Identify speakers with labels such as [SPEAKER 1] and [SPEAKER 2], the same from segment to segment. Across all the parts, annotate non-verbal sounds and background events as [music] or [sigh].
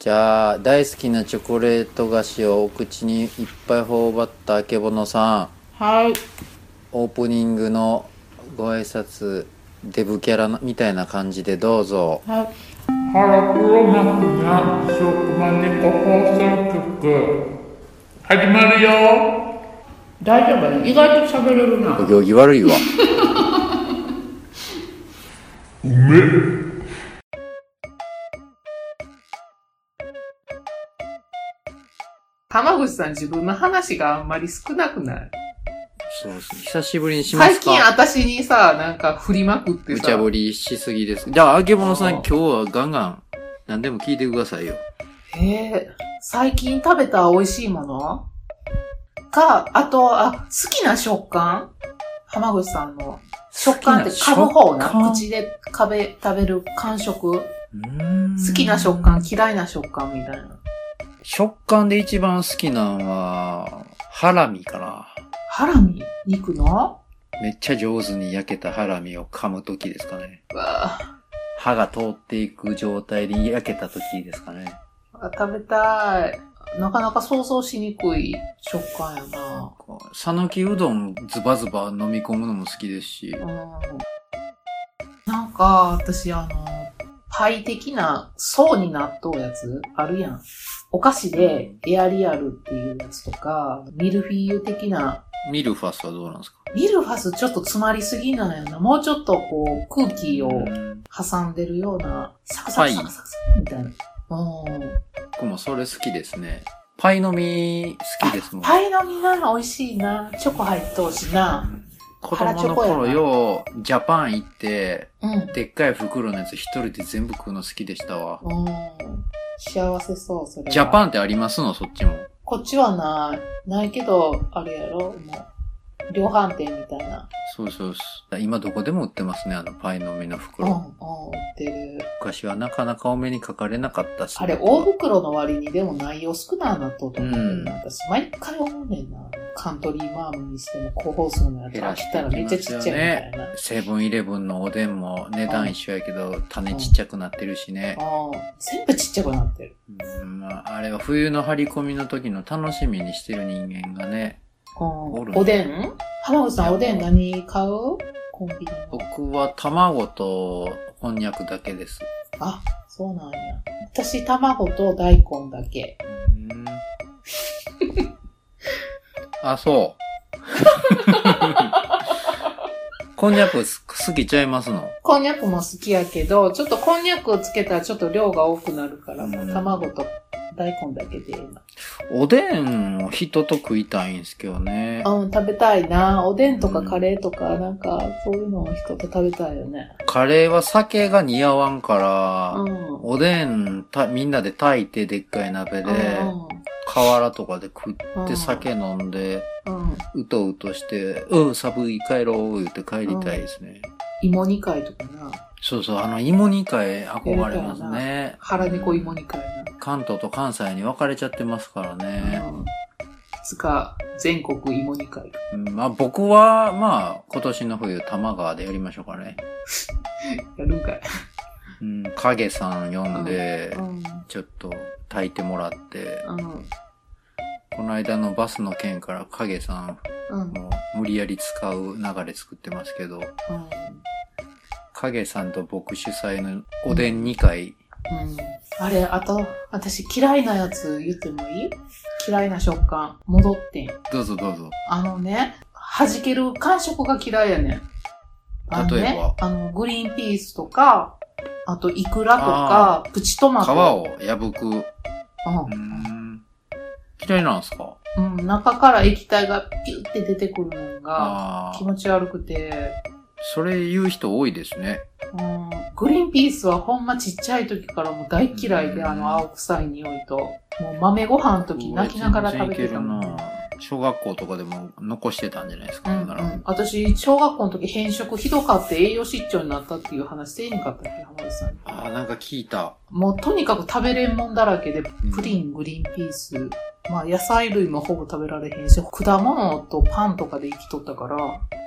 [SPEAKER 1] じゃあ、大好きなチョコレート菓子をお口にいっぱい頬張ったあけぼのさん、
[SPEAKER 2] はい。
[SPEAKER 1] オープニングのご挨拶、デブキャラみたいな感じでどうぞ。
[SPEAKER 2] はい。腹黒幕な職場猫放送局。始まるよ。大丈夫ね。意外と喋れるな。
[SPEAKER 1] お行儀悪いわ。
[SPEAKER 3] 浜口さん自分の話があんまり少なくない
[SPEAKER 1] そう久しぶりにしま
[SPEAKER 3] 最
[SPEAKER 1] す
[SPEAKER 3] 近
[SPEAKER 1] か。
[SPEAKER 3] 私にさ、なんか振りまくって
[SPEAKER 1] 無
[SPEAKER 3] さ
[SPEAKER 1] 茶、ぶりしすぎです。じゃあ、あけぼのさん
[SPEAKER 3] あー
[SPEAKER 1] 今日はガンガン、何でも聞いてくださいよ。
[SPEAKER 3] えー、最近食べた美味しいものか、あと、あ、好きな食感浜口さんの。食感って噛む方な。
[SPEAKER 1] 食感
[SPEAKER 3] 口で食べ、食べる感触。
[SPEAKER 1] うーん
[SPEAKER 3] 好きな食感、嫌いな食感みたいな。
[SPEAKER 1] 食感で一番好きなのは、ハラミかな。
[SPEAKER 3] ハラミ肉の
[SPEAKER 1] めっちゃ上手に焼けたハラミを噛む時ですかね。
[SPEAKER 3] うわぁ
[SPEAKER 1] 歯が通っていく状態で焼けた時ですかね。
[SPEAKER 3] あ食べたい。なかなか想像しにくい食感やな
[SPEAKER 1] こう讃岐うどんズバズバ飲み込むのも好きですし。
[SPEAKER 3] うんなんか、私、あの、パイ的な層になっとうやつあるやん。お菓子でエアリアルっていうやつとか、ミルフィーユ的な、
[SPEAKER 1] ミルファスはどうなんですか
[SPEAKER 3] ミルファスちょっと詰まりすぎなんやな。もうちょっとこう、空気を
[SPEAKER 1] うん
[SPEAKER 3] 挟んでるような、サクサクサクサクサクみたいな。うん。
[SPEAKER 1] 僕もそれ好きですね。パイの実好きですもん。
[SPEAKER 3] パイの実な、美味しいな。チョコ入っとうしな。
[SPEAKER 1] 子供の
[SPEAKER 3] 腹チョコ
[SPEAKER 1] 頃
[SPEAKER 3] やな
[SPEAKER 1] よう、ジャパン行って、
[SPEAKER 3] うん。
[SPEAKER 1] でっかい袋のやつ一人で全部食うの好きでしたわ。
[SPEAKER 3] うん。幸せそう、それは。
[SPEAKER 1] ジャパンってありますのそっちも。
[SPEAKER 3] こっちはない。ないけど、あれやろもう、量販店みたいな。
[SPEAKER 1] そうそうそう。今どこでも売ってますね、あのパイの実の
[SPEAKER 3] うん、
[SPEAKER 1] 袋。
[SPEAKER 3] うん、売ってる。
[SPEAKER 1] 昔はなかなかお目にかかれなかったし。
[SPEAKER 3] あれ、大袋の割にでも内容少ないなと思ってん
[SPEAKER 1] うん
[SPEAKER 3] な、私、毎回思うねんな。カントリーマームにしても、広報層のやつ
[SPEAKER 1] 減
[SPEAKER 3] 飽
[SPEAKER 1] らし
[SPEAKER 3] き
[SPEAKER 1] て
[SPEAKER 3] たらめ
[SPEAKER 1] い
[SPEAKER 3] っ
[SPEAKER 1] き
[SPEAKER 3] ちゃ
[SPEAKER 1] ますよね
[SPEAKER 3] ちっちゃいみたいな。
[SPEAKER 1] セブンイレブンのおでんも値段一緒やけど、種ちっちゃくなってるしね。
[SPEAKER 3] うん、全部ちっちゃくなってる。
[SPEAKER 1] うんまあ、あれは冬の張り込みの時の楽しみにしてる人間がね。
[SPEAKER 3] うん、
[SPEAKER 1] おるね
[SPEAKER 3] おでん浜口さん、おでん何買うコンビニの。
[SPEAKER 1] 僕は卵とこんにゃくだけです。
[SPEAKER 3] あ、そうなんや。私、卵と大根だけ。
[SPEAKER 1] うんあ、そう。 [laughs] こんにゃくす好きちゃいますの
[SPEAKER 3] こんにゃくも好きやけど、ちょっとこんにゃくをつけたらちょっと量が多くなるから、もう卵と大根だけでいいな。
[SPEAKER 1] おでんを人と食いたいんですけどね。
[SPEAKER 3] うん、食べたいな。おでんとかカレーとか、なんか、そういうのを人と食べたいよね。
[SPEAKER 1] カレーは酒が似合わんから、
[SPEAKER 3] うん。
[SPEAKER 1] おでんた、みんなで炊いてでっかい鍋で、瓦とかで食
[SPEAKER 3] うん
[SPEAKER 1] って酒飲んで、
[SPEAKER 3] うん。うん。
[SPEAKER 1] うとうとして、うん、寒い帰ろう、言って帰りたいですね。
[SPEAKER 3] 芋煮会とかな。
[SPEAKER 1] そうそう、あの、芋煮会憧れます
[SPEAKER 3] やりた
[SPEAKER 1] ね。
[SPEAKER 3] 腹猫芋煮会な。
[SPEAKER 1] 関東と関西に分かれちゃってますからね。
[SPEAKER 3] うん。つか、全国芋煮会。
[SPEAKER 1] うんまあ僕は、まあ今年の冬、多摩川でやりましょうかね。
[SPEAKER 3] やるんかい。
[SPEAKER 1] うん、影さん呼んで
[SPEAKER 3] う、ん。
[SPEAKER 1] ちょっと炊いてもらって、
[SPEAKER 3] うん。
[SPEAKER 1] この間のバスの件から影さん
[SPEAKER 3] うん。
[SPEAKER 1] も無理やり使う流れ作ってますけど、
[SPEAKER 3] うん。
[SPEAKER 1] 影さんと僕主催のおでん2回、
[SPEAKER 3] うんあれ、あと、私嫌いなやつ言ってもいい嫌いな食感、戻ってん。
[SPEAKER 1] どうぞどうぞ。
[SPEAKER 3] あのね、弾ける感触が嫌いやねん。あのね
[SPEAKER 1] 例えば
[SPEAKER 3] あの、グリーンピースとか、あと、イクラとか、プチトマ
[SPEAKER 1] 皮
[SPEAKER 3] ト。
[SPEAKER 1] を破く。うーん嫌いなんですか
[SPEAKER 3] うん。うん、中から液体がピュって出てくるのが
[SPEAKER 1] あ
[SPEAKER 3] 気
[SPEAKER 1] あ。
[SPEAKER 3] 持ち悪くて、
[SPEAKER 1] それ言う人多いですね。
[SPEAKER 3] うん、グリーンピースはほんまちっちゃい時からもう大嫌い
[SPEAKER 1] う
[SPEAKER 3] で、
[SPEAKER 1] ん
[SPEAKER 3] あの青臭い匂いと、もう豆ご飯の時泣きながら食べてた
[SPEAKER 1] 全
[SPEAKER 3] もん
[SPEAKER 1] 然いけるな小学校とかでも残してたんじゃないです
[SPEAKER 3] う
[SPEAKER 1] か、
[SPEAKER 3] んう
[SPEAKER 1] ほんなら
[SPEAKER 3] ん、私、小学校の時偏食ひどかって栄養失調になったっていう話せえへんかったっけ、浜田さん。
[SPEAKER 1] ああ、なんか聞いた。
[SPEAKER 3] もうとにかく食べれんもんだらけで、
[SPEAKER 1] うん
[SPEAKER 3] プリン、グリーンピース、まあ野菜類もほぼ食べられへんし、果物とパンとかで生きとったから、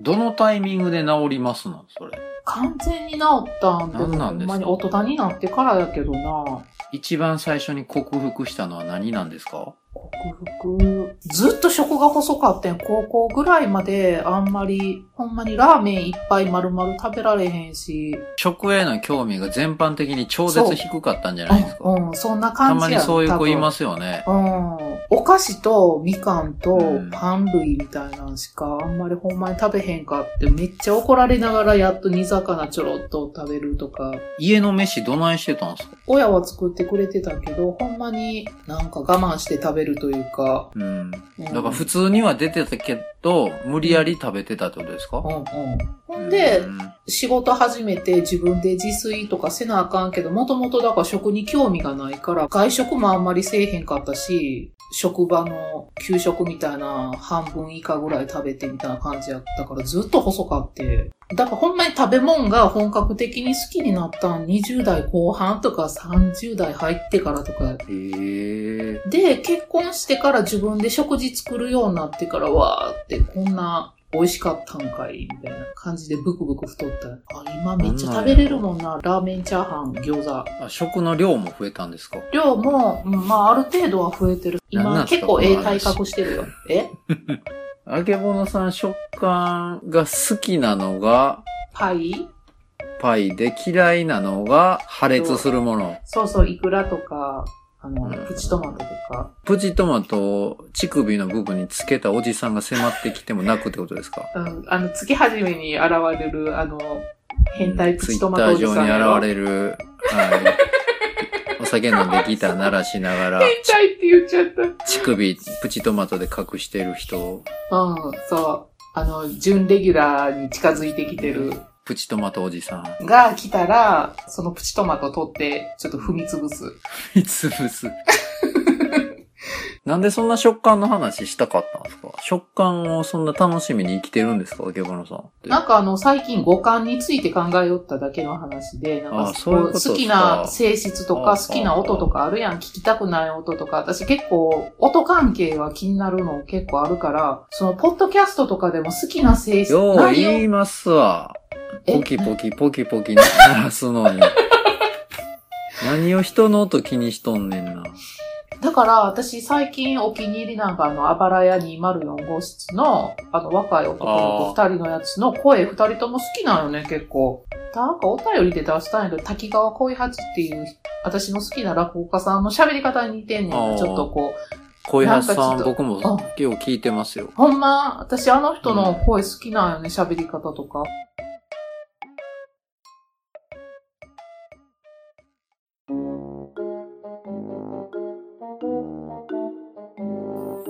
[SPEAKER 1] どのタイミングで治りますのそれ。
[SPEAKER 3] 完全に治ったんで、
[SPEAKER 1] なんなん
[SPEAKER 3] ほ
[SPEAKER 1] です
[SPEAKER 3] ん
[SPEAKER 1] か
[SPEAKER 3] まに大人になってからやけどな。
[SPEAKER 1] 一番最初に克服したのは何なんですか
[SPEAKER 3] 克服。ずっと食が細かってん。高校ぐらいまであんまり、ほんまにラーメン一杯丸々食べられへんし。
[SPEAKER 1] 食への興味が全般的に超絶低かったんじゃないですか
[SPEAKER 3] うん、そんな
[SPEAKER 1] た
[SPEAKER 3] 感
[SPEAKER 1] ま
[SPEAKER 3] じ
[SPEAKER 1] に
[SPEAKER 3] や。
[SPEAKER 1] そういう子いますすよね。
[SPEAKER 3] うん。お菓子とみかんと
[SPEAKER 1] うん
[SPEAKER 3] パン類みたいなんしかあんまりほんまに食べへんかってめっちゃ怒られながらやっと煮魚ちょろっと食べるとか。
[SPEAKER 1] 家の飯どないしてたんですか
[SPEAKER 3] 親は作ってくれてたけど、ほんまになんか我慢して食べるというか。
[SPEAKER 1] うん。だ
[SPEAKER 3] うん
[SPEAKER 1] から普通には出てたけど、無理やり食べてたってことです
[SPEAKER 3] う
[SPEAKER 1] か
[SPEAKER 3] んうん。ほんで
[SPEAKER 1] う、ん
[SPEAKER 3] 仕事始めて自分で自炊とかせなあかんけど、もともとだから食に興味がないから、外食もあんまりせえへんかったし、職場の給食みたいな半分以下ぐらい食べてみたいな感じやったからずっと細かって。だからほんまに食べ物が本格的に好きになったん20代後半とか30代入ってからとか
[SPEAKER 1] へえ。
[SPEAKER 3] で、結婚してから自分で食事作るようになってから、わーってこんな美味しかったんかい、みたいな感じでブクブク太った。あ、今めっちゃ食べれるもんな。ラーメンチャーハン、餃子。
[SPEAKER 1] あ食の量も増えたんですか
[SPEAKER 3] 量も、うんまあある程度は増えてる。
[SPEAKER 1] なんな
[SPEAKER 3] 今
[SPEAKER 1] んすか
[SPEAKER 3] 結構ええ体格してるよ。え
[SPEAKER 1] あけぼのさん食感が好きなのが
[SPEAKER 3] パイ
[SPEAKER 1] パイで嫌いなのが破裂するもの。
[SPEAKER 3] そうそう、イクラとか、あの
[SPEAKER 1] うん、
[SPEAKER 3] プチトマトとか。
[SPEAKER 1] プチトマトを乳首の部分につけたおじさんが迫ってきても泣くってことですか
[SPEAKER 3] うん、あの、月始めに現れる、あの、変態プチトマトおじ
[SPEAKER 1] ツイッタ
[SPEAKER 3] さん
[SPEAKER 1] ー
[SPEAKER 3] や
[SPEAKER 1] 上に現れ
[SPEAKER 3] ろ。
[SPEAKER 1] る、はい。お酒飲んでギター鳴らしながら、
[SPEAKER 3] 変態って [laughs] 言っちゃった。
[SPEAKER 1] 乳首、プチトマトで隠してる人、
[SPEAKER 3] うん、そう。あの、準レギュラーに近づいてきてる。
[SPEAKER 1] プチトマトおじさん。
[SPEAKER 3] が来たら、そのプチトマト取って、ちょっと踏み潰す。
[SPEAKER 1] いつぶす。なんでそんな食感の話したかったんですか食感をそんな楽しみに生きてるんですかゲボノさんって。
[SPEAKER 3] なんかあの、最近五感について考えよっただけの話で、な
[SPEAKER 1] あ
[SPEAKER 3] んか
[SPEAKER 1] そういうことですか
[SPEAKER 3] 好きな性質と
[SPEAKER 1] あ
[SPEAKER 3] か好きな音とかあるやん。聞きたくない音とか、私結構音関係が気になるの結構あるから、そのポッドキャストとかでも好きな性質、
[SPEAKER 1] よう
[SPEAKER 3] 内
[SPEAKER 1] 言
[SPEAKER 3] 容
[SPEAKER 1] いますわ。
[SPEAKER 3] え
[SPEAKER 1] ポキポキポキポキ鳴らすのに。何を人の音気にしとんねんな。
[SPEAKER 3] だから、私最近お気に入りなんかあの、あばらや204号室の、あの、若い男の子二人のやつの声二人とも好きなのね、結構。なんかお便りで出したんやけど、滝川恋八っていう、私の好きな落語家さんの喋り方に似てんね
[SPEAKER 1] あー
[SPEAKER 3] ん。ちょっとこう、
[SPEAKER 1] 小橋さ
[SPEAKER 3] なんかちょっ
[SPEAKER 1] ん、
[SPEAKER 3] と
[SPEAKER 1] 僕も今日聞いてますよ。
[SPEAKER 3] ほんま、私あの人の声好きなんよね、喋り方とか。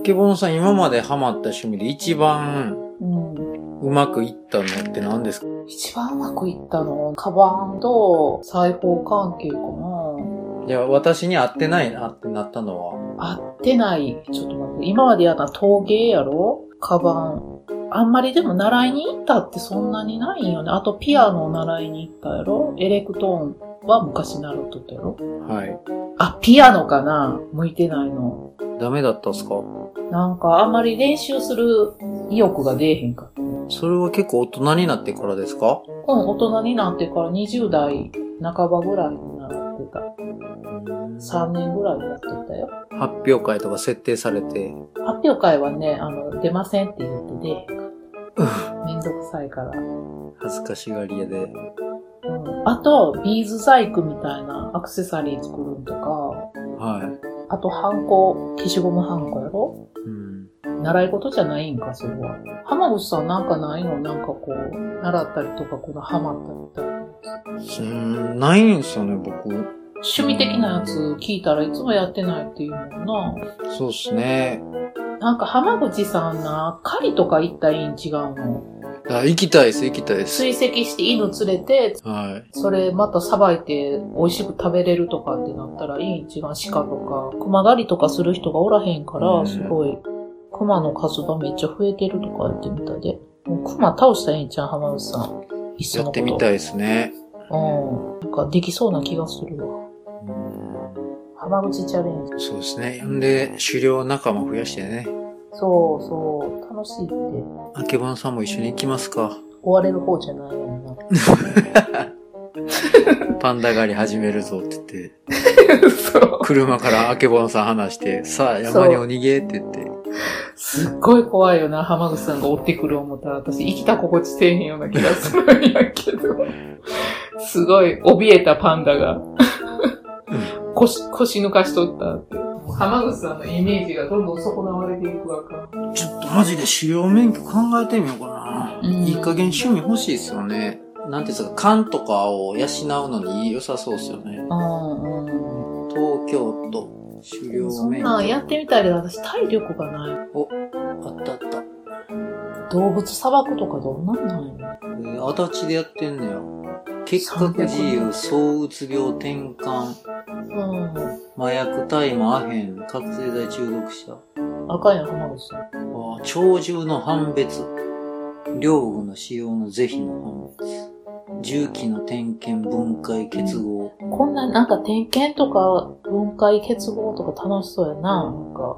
[SPEAKER 1] ケボノさん、今までハマった趣味で一番
[SPEAKER 3] うん。
[SPEAKER 1] うまくいったのって何ですか
[SPEAKER 3] 一番うまくいったの、カバンと裁縫関係かな。
[SPEAKER 1] いや、私に合ってないなってなったのは。
[SPEAKER 3] 合ってない。ちょっと待って。今までやった陶芸やろカバン。あんまりでも習いに行ったってそんなにないんよね。あとピアノを習いに行ったやろエレクトーンは昔習っとったやろ
[SPEAKER 1] はい。
[SPEAKER 3] あ、ピアノかな向いてないの。
[SPEAKER 1] ダメだったっすか
[SPEAKER 3] なんかあんまり練習する意欲が出えへんかった。うん、
[SPEAKER 1] それは結構大人になってからですか
[SPEAKER 3] 大人になってから20代半ばぐらいに習ってた。3年ぐらいやっとったよ。
[SPEAKER 1] 発表会とか設定されて。
[SPEAKER 3] 発表会はね、あの、出ませんって言って出えへんかった。めんどくさいから。
[SPEAKER 1] 恥ずかしがり屋で。
[SPEAKER 3] うんあと、ビーズ細工みたいなアクセサリー作るんとか、
[SPEAKER 1] は
[SPEAKER 3] あと、ハンコ、消しゴムハンコやろ
[SPEAKER 1] い。うん。
[SPEAKER 3] 習い事じゃないんか、それは。浜口さんなんかないのなんかこう、習ったりとか、このハマったりとか。
[SPEAKER 1] うん、ないんすよね、僕。
[SPEAKER 3] 趣味的なやつ聞いたらいつもやってないっていうもんな。
[SPEAKER 1] そうっすね。
[SPEAKER 3] なんか浜口さんな、狩りとか行ったらいいん違うの
[SPEAKER 1] あ、行きたいっす、行きたいっす。
[SPEAKER 3] 追跡して犬連れて、
[SPEAKER 1] はい。
[SPEAKER 3] それまたさばいて美味しく食べれるとかってなったらいいん違う鹿とか、熊狩りとかする人がおらへんか
[SPEAKER 1] う
[SPEAKER 3] ら、
[SPEAKER 1] ん
[SPEAKER 3] すごい、熊の数がめっちゃ増えてるとか言ってみたで。もう熊倒したらええんちゃう浜口さん。いっそ
[SPEAKER 1] や
[SPEAKER 3] の
[SPEAKER 1] っ
[SPEAKER 3] こと。
[SPEAKER 1] てみたいっすね。
[SPEAKER 3] うん。なんかできそうな気がするわ。浜口チャレンジ。
[SPEAKER 1] そうですね。んで、狩猟仲間増やしてね。
[SPEAKER 3] そうそう。楽しいって。
[SPEAKER 1] あけぼのさんも一緒に行きますか。 [laughs]
[SPEAKER 3] 追われる方じゃないよな。
[SPEAKER 1] パンダ狩り始めるぞって言って、
[SPEAKER 3] そう。
[SPEAKER 1] 車からあけぼのさん話して、さあ山にお逃げって言って、
[SPEAKER 3] すっごい怖いよな、浜口さんが追ってくる思ったら、私生きた心地せえへんような気がするんやけど。すごい、怯えたパンダが。腰、腰抜かしとったって。浜口さんのイメージがどんどん損なわれていくわか。
[SPEAKER 1] ちょっとマジで狩猟免許考えてみようかな。
[SPEAKER 3] うん
[SPEAKER 1] いい加減趣味欲しいですよね。なんていうんですか、勘とかを養うのに良さそうですよね。
[SPEAKER 3] うんうん。
[SPEAKER 1] 東京都狩猟
[SPEAKER 3] そん
[SPEAKER 1] 免許。
[SPEAKER 3] なん
[SPEAKER 1] あ
[SPEAKER 3] やってみたいけど、私体力がない。
[SPEAKER 1] ったあった。
[SPEAKER 3] 動物砂漠とかどんなんなんや
[SPEAKER 1] えー足立でやってんのよ。結核自由、躁うつ病、転換、
[SPEAKER 3] ろ。
[SPEAKER 1] 麻薬、大麻、アヘン、覚醒剤中毒者。
[SPEAKER 3] うん。赤いの浜口さん。
[SPEAKER 1] あー鳥獣の判別。両具の使用の是非の判別。重機の点検、分解、結合。
[SPEAKER 3] こんな、なんか点検とか分解結合とか楽しそうやな。なんか、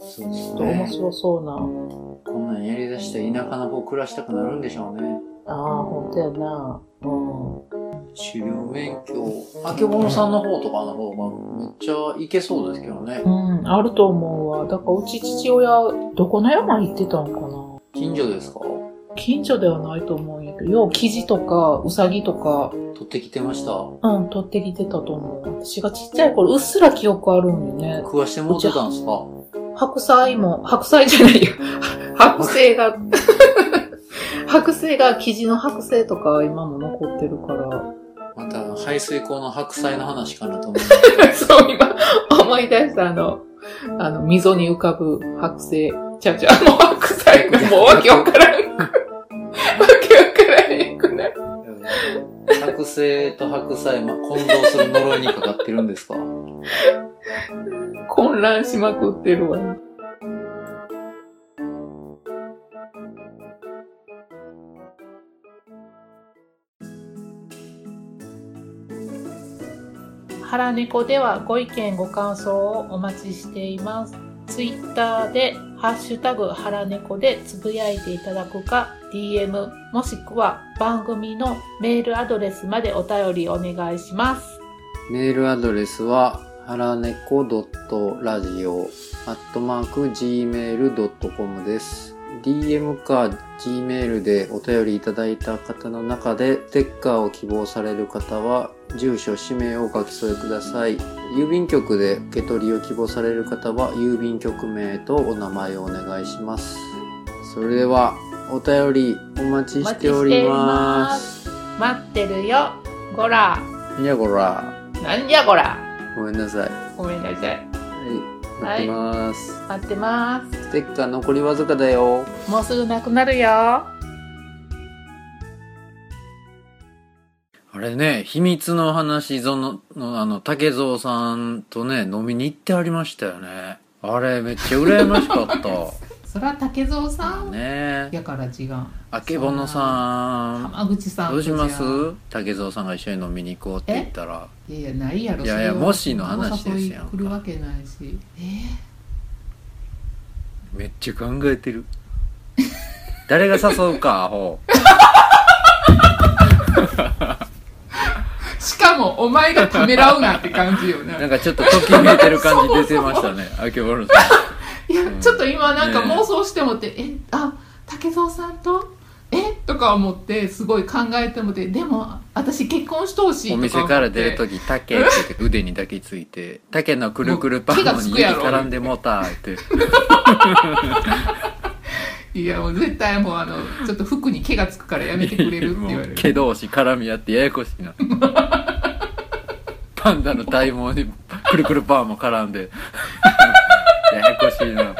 [SPEAKER 1] そう
[SPEAKER 3] ち
[SPEAKER 1] そ
[SPEAKER 3] ょ
[SPEAKER 1] う
[SPEAKER 3] っと面白そうな。
[SPEAKER 1] こんなんやりだしたら田舎の方暮らしたくなるんでしょうね。
[SPEAKER 3] ああ、ほんとやな。う
[SPEAKER 1] 狩猟免許。あけぼのさんの方とかの方がめっちゃいけそうですけどね。
[SPEAKER 3] ん。うん、あると思うわ。だからうち父親、どこの山行ってたんかな。
[SPEAKER 1] 近所ですか
[SPEAKER 3] 近所ではないと思うんやけど、ようキジとかウサギとか、
[SPEAKER 1] 取ってきてました。
[SPEAKER 3] うん、取ってきてたと思う。私がちっちゃい頃、うっすら記憶あるんよね。
[SPEAKER 1] 食わしてもらってたんですか
[SPEAKER 3] 白菜も、白菜じゃないよ。 [laughs] 白菜が、 [laughs] 白菜が、キジの白菜とか今も残ってるから。
[SPEAKER 1] また排水溝の白菜の話かなと思う。
[SPEAKER 3] [laughs] そう、今、思い出した、あの、あの、溝に浮かぶ白菜。ちゃうちゃう、もう白菜が
[SPEAKER 1] [laughs]
[SPEAKER 3] もうわけわからん。わけわからんくなる。
[SPEAKER 1] 白菜と白菜、ま、混同する呪いにかかってるんですか
[SPEAKER 3] 混乱しまくってるわ。腹猫ではご意見ご感想をお待ちしています。ツイッターでハッシュタグ腹猫でつぶやいていただくか DM もしくは番組のメールアドレスまでお便りお願いします。
[SPEAKER 1] メールアドレスは、はらねこ .radio アットマーク gmail.com です。DM か Gmail でお便りいただいた方の中で、ステッカーを希望される方は、住所、氏名をお書き添えください。郵便局で受け取りを希望される方は、郵便局名とお名前をお願いします。それでは、お便りお待ちしております。
[SPEAKER 3] 待ってるよ。ごら。
[SPEAKER 1] にゃごら。
[SPEAKER 3] なんじゃこら。
[SPEAKER 1] ごめんなさい。
[SPEAKER 3] ごめんなさい。
[SPEAKER 1] はい、待ってます。
[SPEAKER 3] 待ってま
[SPEAKER 1] ステッカー残りわずかだよ。
[SPEAKER 3] す。もうすぐなくなるよ。
[SPEAKER 1] あれね、秘密の話、その、のあの、竹蔵さんとね、飲みに行ってありましたよね。あれ、めっちゃ羨ましか [laughs] った。
[SPEAKER 3] そら竹蔵さん
[SPEAKER 1] ねえ。
[SPEAKER 3] やから違う。
[SPEAKER 1] あけぼのさ
[SPEAKER 3] 浜口さ
[SPEAKER 1] ん。
[SPEAKER 3] ん
[SPEAKER 1] どうします
[SPEAKER 3] と違う
[SPEAKER 1] 竹蔵さんが一緒に飲みに行こうって言ったら、
[SPEAKER 3] いやいや、ないやろ。
[SPEAKER 1] いやいや
[SPEAKER 3] それは
[SPEAKER 1] もしの話ですやんか
[SPEAKER 3] 来るわけないし。え
[SPEAKER 1] めっちゃ考えて [laughs] る。誰が誘うか、アホ。
[SPEAKER 3] ーしかも、お前がためらうなって感じよね。
[SPEAKER 1] なんかちょっとときめいてる感じ出てましたね。あけぼのさ
[SPEAKER 3] いや、ちょっと今なんか
[SPEAKER 1] ね
[SPEAKER 3] 妄想してもって、え、あ、竹蔵さんとえとか思って、すごい考えてもって、でも、私結婚してほしい
[SPEAKER 1] ん。お
[SPEAKER 3] とか思
[SPEAKER 1] 店から
[SPEAKER 3] って。
[SPEAKER 1] 出るとき、竹って言って腕に抱きついて、竹のくるくるパンのに指絡んでもうたって。
[SPEAKER 3] いや、もう絶対もうあの、ちょっと服に毛がつくからやめてくれるって言われ
[SPEAKER 1] もう
[SPEAKER 3] る。
[SPEAKER 1] 毛同士絡み合ってややこし
[SPEAKER 3] [laughs]
[SPEAKER 1] いな
[SPEAKER 3] [laughs]
[SPEAKER 1] パンダの体毛にくるくるパンも絡んでややこしいな